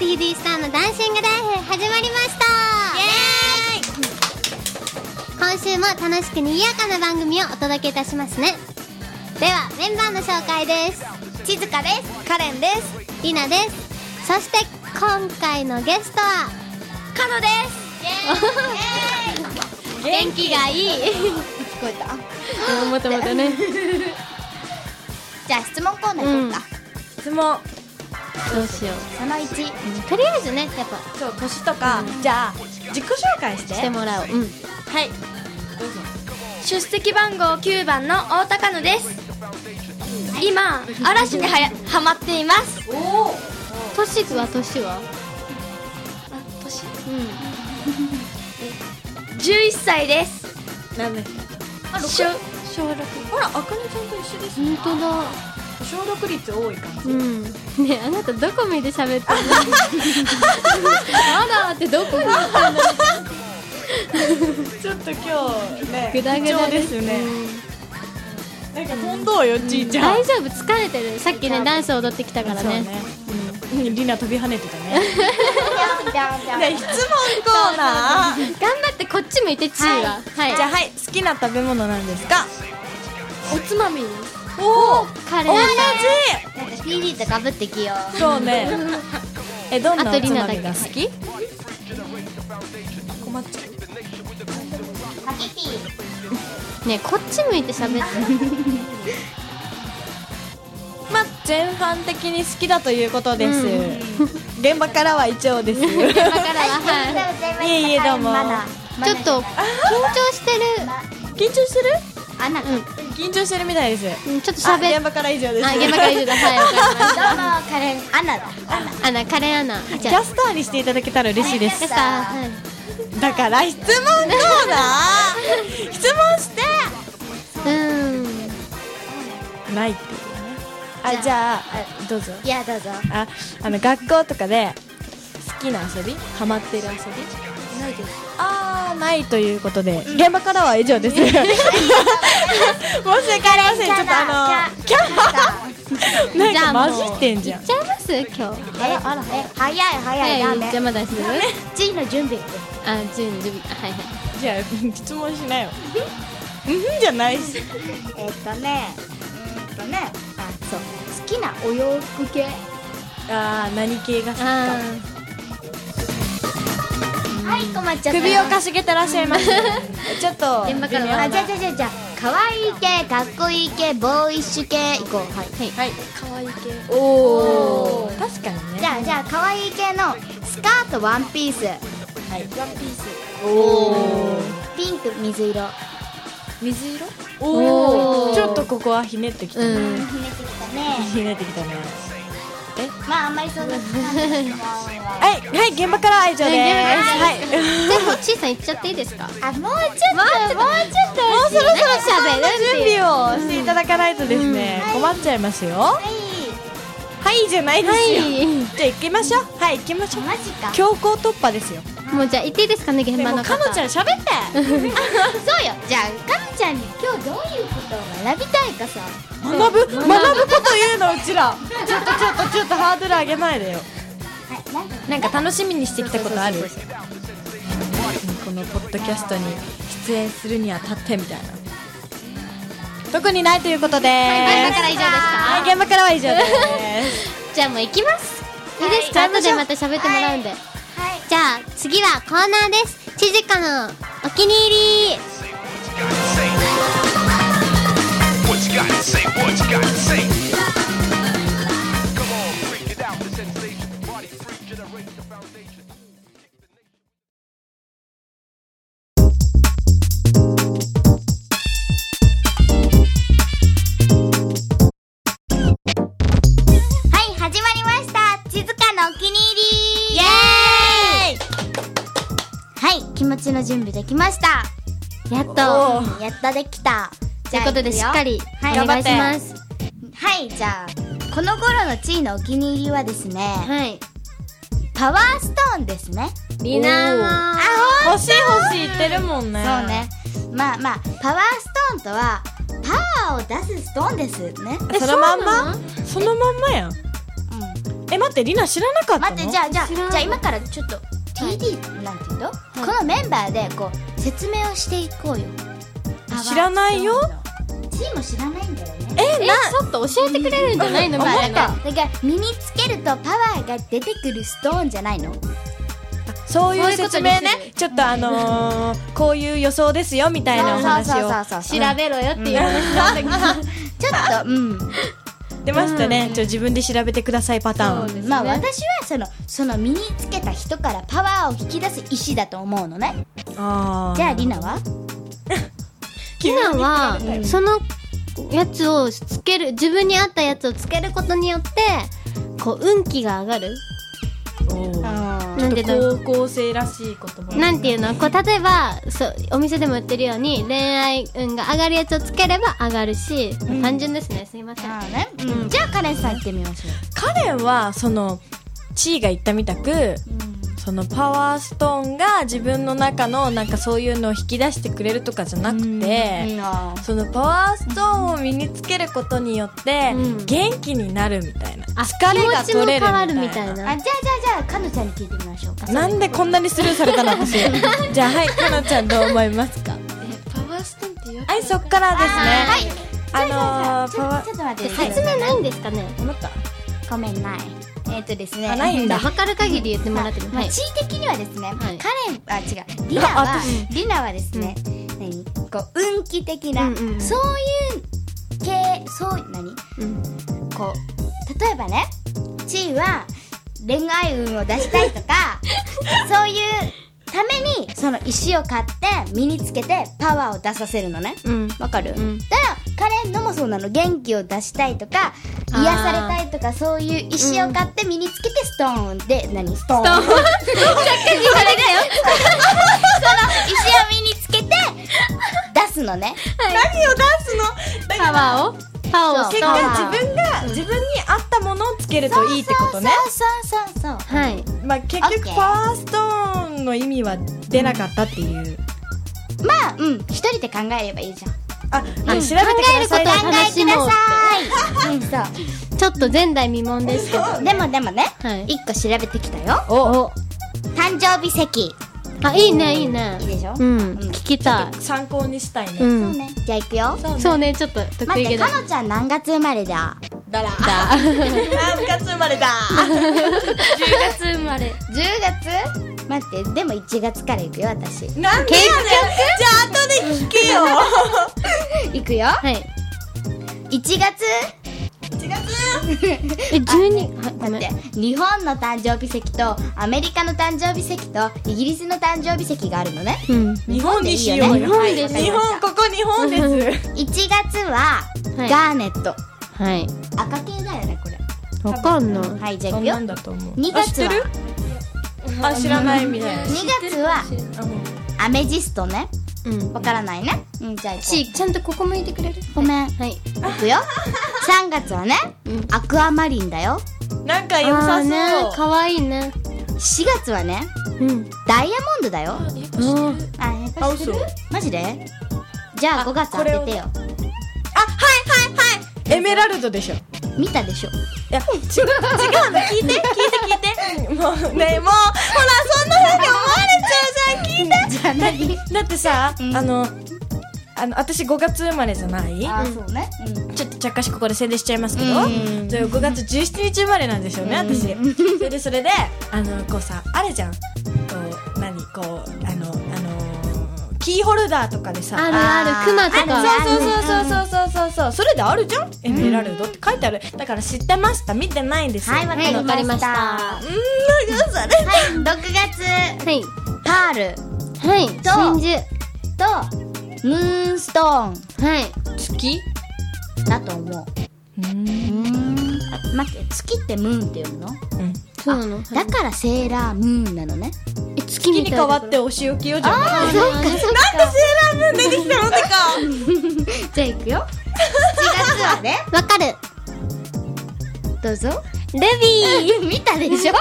リスさんのダンシングライフ始まりました今週も楽しくにぎやかな番組をお届けいたしますねではメンバーの紹介です静香ですカレンですりなですそして今回のゲストはカノです元気がいい 聞こえたもともとねじゃあ質問コーナー行こうか、質問どうしよその1とりあえずねやっうぱそう年とか、じゃあ自己紹介してしてもらおう、うん、はい。出席番号9番の大高野です。今、嵐にはやハマっています。年は年は年うん。11歳です。なんだ小小6。ほらあかねちゃんと一緒です本当だ小六率多い感じうんねあなたどこ見て喋ってるのあらってどこにちょっと今日ねグダグダ貴重でですすね、なんか飛んどうよちいちゃん、大丈夫疲れてるさっきねダンス踊ってきたからそうねねうんりな飛び跳ねてたね ね質問コーナー頑張ってこっち向いてちーははい、じゃあはい好きな食べ物なんですかおつまみにおおカレー同なんか PD とかぶってきよじそうねえどんなあとおりつなまだけみが好き困っちゃううハキピーねこっち向いて喋ってまあ全般的に好きだということです、現場からは一応ですいえだからは、いえどうもいちょっと緊張して緊張してるあなんかどうも緊張してるみたいでするうんちょっとあ喋っ現場から以上ですあ現場 会場だはいわかりましカレンアナだたアナカレーアナキじゃあャスターにしていただけたら嬉しいでキャすスターはいだから質問コーナー質問してうないっていうねあじゃああどうぞいやどうぞああの学校とかで好きな遊びハマってる遊びない ですああないということで、現場からは以上です申し訳ありませんちょっとあのキャんなんか混じってんじゃん行っちゃいます今日あらあらえ早い早いはいラーメン邪魔出するチーの準備あ準備準備はいはいじゃあ質問しなようんじゃないしえっとねうんとねあそう好きなお洋服系ああ何系が好きあかはい困っちゃった首をかしげてらっしゃいますちょっと現場からはあじゃあじゃあじゃあじゃあ可愛い系かっこいい系ボーイッシュ系いこうはいはい可愛い系。おお確かにねじゃあじゃあ可愛い系のスカートワンピースはいおピンク水色水色おおーおちょっとここはひねってきた、うねんひねってきたねひねってきたねまああんまりそん な感じないわはいはい現場からは以上ですはいはい全部ちいさん行っちゃっていいですかあもうちょっともうちょっともうそろそろ喋るっ準て備をしていただかないとですね、困っちゃいますよははいじゃないですよ、はじゃあ行きましょうはい行きましょいマジかう強行突破ですよいもうじゃあ行っていいですかね現場ものうか方のちゃん喋ってそうよじゃあかみちゃんに今日どういうことを学びたいかさ学ぶ学ぶこと言うのうちらちょっとちょっとちょっとハードル上げないでよはいなんかなんか楽しみにしてきたことあるこのポッドキャストに出演するにあたってみたいな特にないということで現場から以上ですかはい現場からは以上ですじゃあもう行きますいいですか、はい後でまた喋ってもらうんで、はいじゃあ次はコーナーですちじかのお気に入り What you gotta say, what you gotta say. はい始まりました静かのお気に入りイエーイはい気持ちの準備できましたやっとおやったできたということでじしゃっあかいくよりはいお願いしますはいじゃあこの頃の地位のお気に入りはですねはいパワーストーンですねりなもあ欲しい欲しい言ってるもんねそうねまあまあパワーストーンとはパワーを出すストーンですねそのまんまそのまんまやんうんえ待ってりな知らなかったの 待ってじゃあじゃあ知じらなゃいあ今からちょっと TD なんていうの、このメンバーでこう説明をしていこうよ知らないよチーも知らないんだよねえなちょっと教えてくれるんじゃないのほみらたいなだからだから身につけるとパワーが出てくるストーンじゃないのそういう説明そういうことねちょっとあの ーこういう予想ですよみたいなお話をそう調べろよっていう話なんだけどちょっとうん出ましたねちょっと自分で調べてくださいパターンをまあ私はそのその身につけた人からパワーを引き出す石だと思うのねあーじゃあリナはひなはそのやつをつける自分に合ったやつをつけることによってこう運気が上がるおーななんていうの高校生らしい言葉なんていうのこう例えばそうお店でも売ってるように恋愛運が上がるやつをつければ上がるし、単純ですねすいませんあね、じゃあカレンさん行ってみましょカレンはその地位が言ったみたくう、そのパワーストーンが自分の中のなんかそういうのを引き出してくれるとかじゃなくて、あそのパワーストーンを身につけることによってうん元気になるみたいな、あ疲れが気持ちも取れるみたい変なわるみたいじなゃあじゃあじゃあかのちゃんに聞いてみましょうかなんでこんなにスルーされたの私 じゃあはいかなちゃんどう思いますかパワーストーンってよはいそっからですねあのーちょパワちょーっと待って説明ないんですかね思ったごめんないえっ、とですねあないんだ分かる限り言ってもらってもまあはい地位的にはですね、はいカレンあ違うリナあは私リナはですね、何こう運気的な、うんうんうんそういう系そう何うんこう例えばね地位は恋愛運を出したいとかそういうためにその石を買って身につけてパワーを出させるのねうんわかる、うんだからカレンのもそうなの元気を出したいとかあー癒されたいとかそういう石を買って身につけてストーンで、何ストーンその石を身につけて出すのね何を出すのパワーをパワーを結そう果自分が自分に合ったものをつけるといいってことねそうそうそうそうはいまあ結オッケ局ーパワーストーンの意味は出なかったっていうまあうん一人で考えればいいじゃんあ、ね調べてください考えることを楽しもううんそうちょっと前代未聞ですけどでもでもね、はい一個調べてきたよお誕生日席あいいねいいねいいでしょ、うんん聞きた参考にしたいい、ねう、そうんねじゃあ行くよそうねちょっと得待意ってげだかのちゃん何月生まれだだらだ何月生まれだ10月生まれ10月待ってでも1月から行くよ私なんでやねんじゃあ後で聞けよ 行くよ はい1月え12はい待ごめっんて日本の誕生日席とアメリカの誕生日席とイギリスの誕生日席があるのねうん日本にしよう日よ本でしよう日本ここ日本です1月ははいガーネット、はい赤系だよねこれわかんないはいじゃあ行そんくよなんだと思う二あ知っ月はてるあ知らないみたいな2月はアメジストねうんわからないねうんじゃあ行こうちちゃんとここ向いてくれるごめんはい行くよ3月はねうんアクアマリンだよなんか良あーさねそう可愛いね4月はねうんダイヤモンドだよああやっぱ知ってるあマジでじゃああ5月当ててよエメラルドでしょ見たでしょいや違う違うの聞いて聞いて聞いてもうねもうほらそんな風に思われちゃうじゃん聞いてじゃあ何だってさ、うんあのあの私5月生まれじゃないあそうねちょっとちゃっかしここで宣伝しちゃいますけど、うんで5月17日生まれなんですよね、うん私それでそれであのこうさあれじゃんこう何こうあのあのーキーホルダーとかでさるあるクマとあかるあるそうそうそうそうそうそうそうそれであるじゃんエメラルドって書いてあるだから知ってました見てないんですよはいわはいわかかりりままししたたはいうんなんかそれ6月はいパールはい真珠とムーンストーンはい月だと思ううんうん待って月ってムーンって読むのうんそうなのはいだからセーラームーンなのねえ月木みにたい変わなってお仕置きよじゃんあそっかそなんっかでセーラームーン出てきたのってかじゃあいくよ7月はねわかるどうぞルビー 見たでしょやっ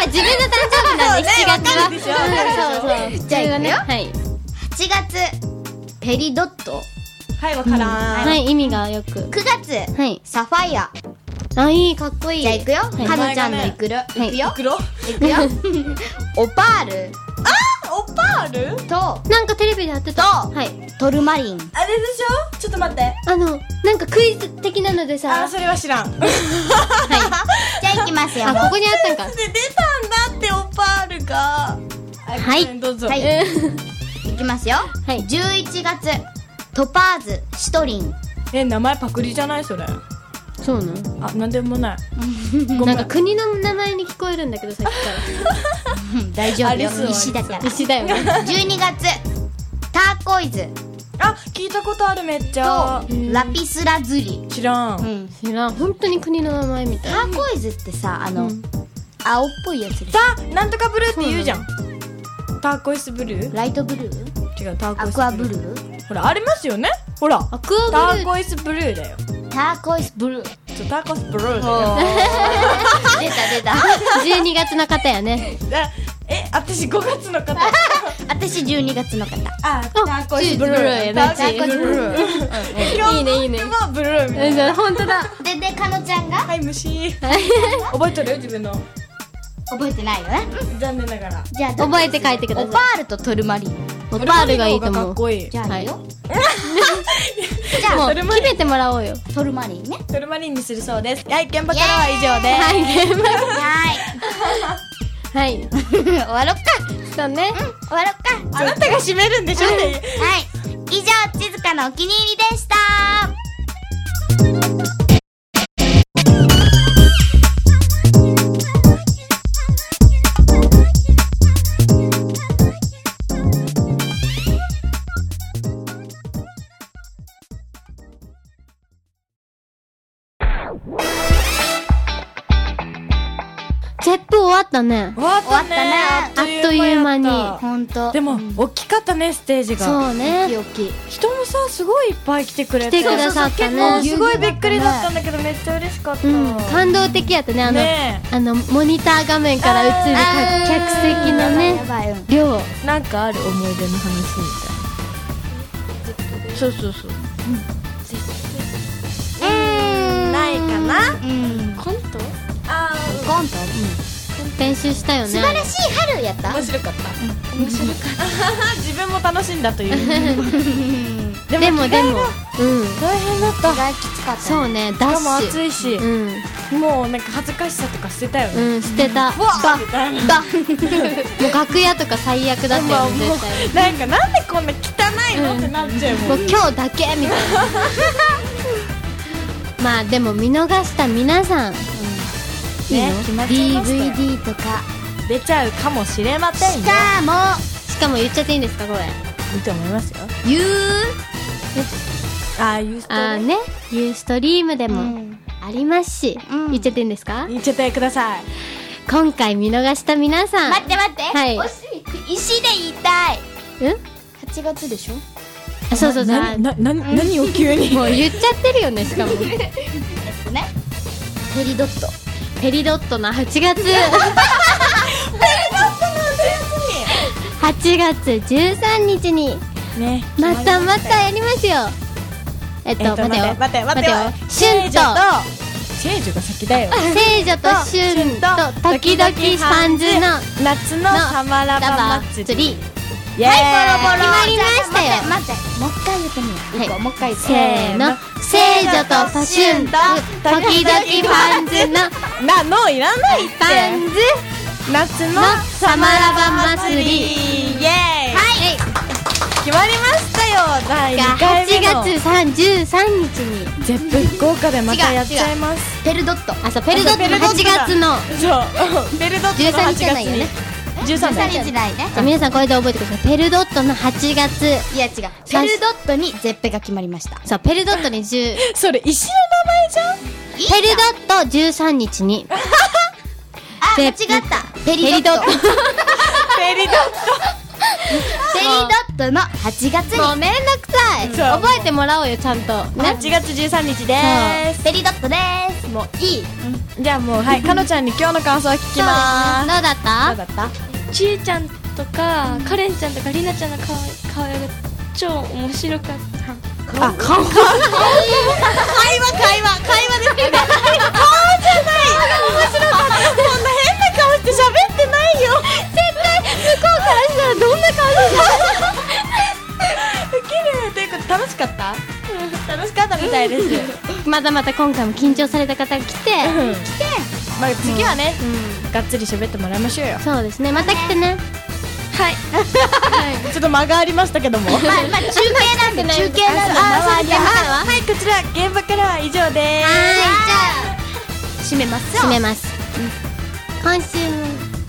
ぱ自分の誕生日なそうねわかんで7月はるでしょわかうんそうそうじゃあいくよそれはねはい8月ペリドットはいわからん、はい意味がよく9月はいサファイアあ、いい、かっこいい。じゃあ行くよ、いかのちゃんのいくろ、い、くよ黒い くよオパールオパールとなんかテレビでやってた。そうはい。トルマリンあれでしょちょっと待ってあの、なんかクイズ的なのであさ、ーそれは知らんで 出じゃあ行きますよあ、ここにあったんか。たんだってオパールがはいどうぞ、はい行きますよはい。 11月トパーズシトリンえ名前パクリじゃないそれそうなのあなんでもないごめなんんか国の名前に聞こえるんだけど、さっきかうん大丈あ夫りよそう石だからら。石だよね。 12月ターコイズあ聞いたことあるめっちゃとラピスラズリ知らうんん知らん。本当に国の名前みタたい。ーコイズってさあの、うん青っぽいやつでしょさあなんとかブルーって言うじゃんターコイスブルー違うライトブルーターコアイスクアブールーほらありますよねほらアクタアーブル ー。コイスブルーだよターコイスブルーちょターコイスブルーだよ出た出た12月の方やね。あ え私5月の方私12月の方あターコイスブルーチーズブルーやねターコイスブルーいいね、いいね。まあブルーみたいなうん、本当だ。ででかのちゃんがはい虫覚えてるよ自分の覚えてないよね残念ながらじゃあどっち覚えて書いてくだオさパい。ールとトルマリンオパールがいいトルマリンのと方がか思っう。こいいじゃあいいよ、じゃあもう決めてもらおうよ。トルマリンねトルマリンにするそうですはい現場からは以上ですはい、ゲーム。ははい。ーい 終わろっかそうね。終わろっかあなたが締めるんでしょってはい。以上、ちずかのお気に入りでした。ゼップ終わったね。終わっ終たねわったねやあっったほんと。でも大きかったねステージそがうね。大きい。人もさすごいいっぱい来てくれて来てくださったそうねそうそう結構すごいびっくりだったんだけどめっちゃ嬉しかったうん、感動的やったね。あの、ねあの、モニター画面から映るあー客席のやね、ばい、うん。量。えなんかある思い出の話みたいなそうそうそうないかなうん。コントあーコント練習したよ素ね。晴らしい春やった面白かった面白かった自分も楽しんだといううん。でで着も、替えでがも、うん。大変だったがきつかった。そうね、ダしかもッシ暑いしュ。、もうなんか恥ずかしさとか捨てたようね、ん、うん、捨てた。もわっみたいな う楽屋とか最悪だったまあよね、もう絶対。なんかなんでこんな汚いの、ってなっ ちゃうももんう今日だけ みたいなまあでも見逃した皆さん、いいねの決まっちゃいましたよ DVD とか出ちゃうかもしれませんしよかも、しかも言っちゃっていいんですかこれいいと思いますよゆう。ああいう人あーねユーストリームでうもんありますし、うん言っちゃっていいんですか言っちゃってください今回見逃した皆さん待って待って。はい惜しい。石で言いたい。うん8月でしょあそうそうそうななな何を急にもう言っちゃってるよねしかもね。ペリドット。ペリドットの8月ペリドットの8月に8月13日にねまたまたやりますよえっと、えっと待てよ待てよ待てよ待てよシェ旬ーとジュとシェージュが先だよ聖女と旬 と時々パンズの夏のサマラバ祭りりイエーイボロ決まりました待っよて、待ってもう一回言ってみよう。はい行こうもう一回言ってせーの聖女と旬と時々パンズのなのいらないってパンズ夏ののサマラバ祭り祭りイエーイはい決まりましたよ第が2 8回目の月33日に絶対福岡でまたやっちゃいますペルドット。あそうペルドットの8月のそう ベルドットの13 8日じゃないよね月に13 3だよ日ないね。じゃあ皆さんこれで覚えてくださいペルドットの8月いや違う。ペルドットに絶ペが決まりました。そうペルドットに10それ石の名前じゃんペルドット13日にあ、間違った。ペリドット。ペリドット。ベルドッの8月もうに。めんどくさいそう覚えてもらおうよちゃんとト8月13日でペリドットです。もういい。すじゃあもうはいかのちゃんに今日の感想を聞きそうまどうだっすたどうだっちえちゃんとかカレンちゃんとかりなちゃんの顔顔が超面白かったあ、顔。会話、会話、会話ですけど。顔じゃない。面白かった。こんな変な顔して喋ってないよ。絶対向こうからしたらどんな顔してる。ウケる。ということで楽しかった？楽しかったみたいです。まだまた今回も緊張された方が来て、まあ次はね、がっつり喋ってもらいましょうよ。そうですねまた来てねはいちょっと間がありましたけども。ま あまあ中継なんで中継なんであ、そう回ですりね。やあすいはい、こちら現場からは以上ではす。いじゃあ締めます。締めます、今週も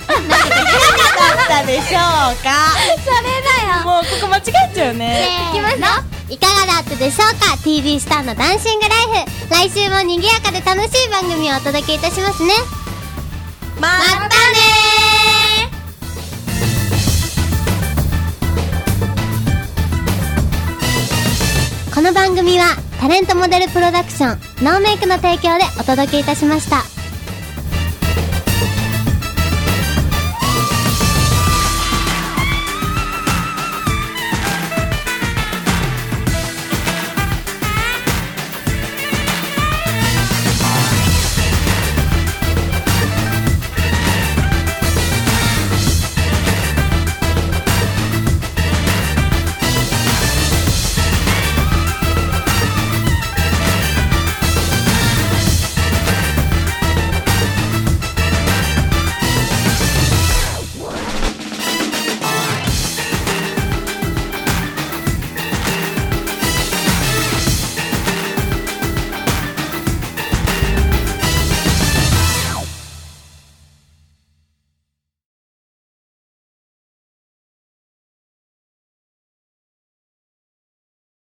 だったでしょうか。それだよ。もうここ間違えちゃうね。いきますよいかがだったでしょうか TV スターのダンシングライフ来週も賑やかで楽しい番組をお届けいたしますねままたねーこの番組はタレントモデルプロダクションノーメイクの提供でお届けいたしました。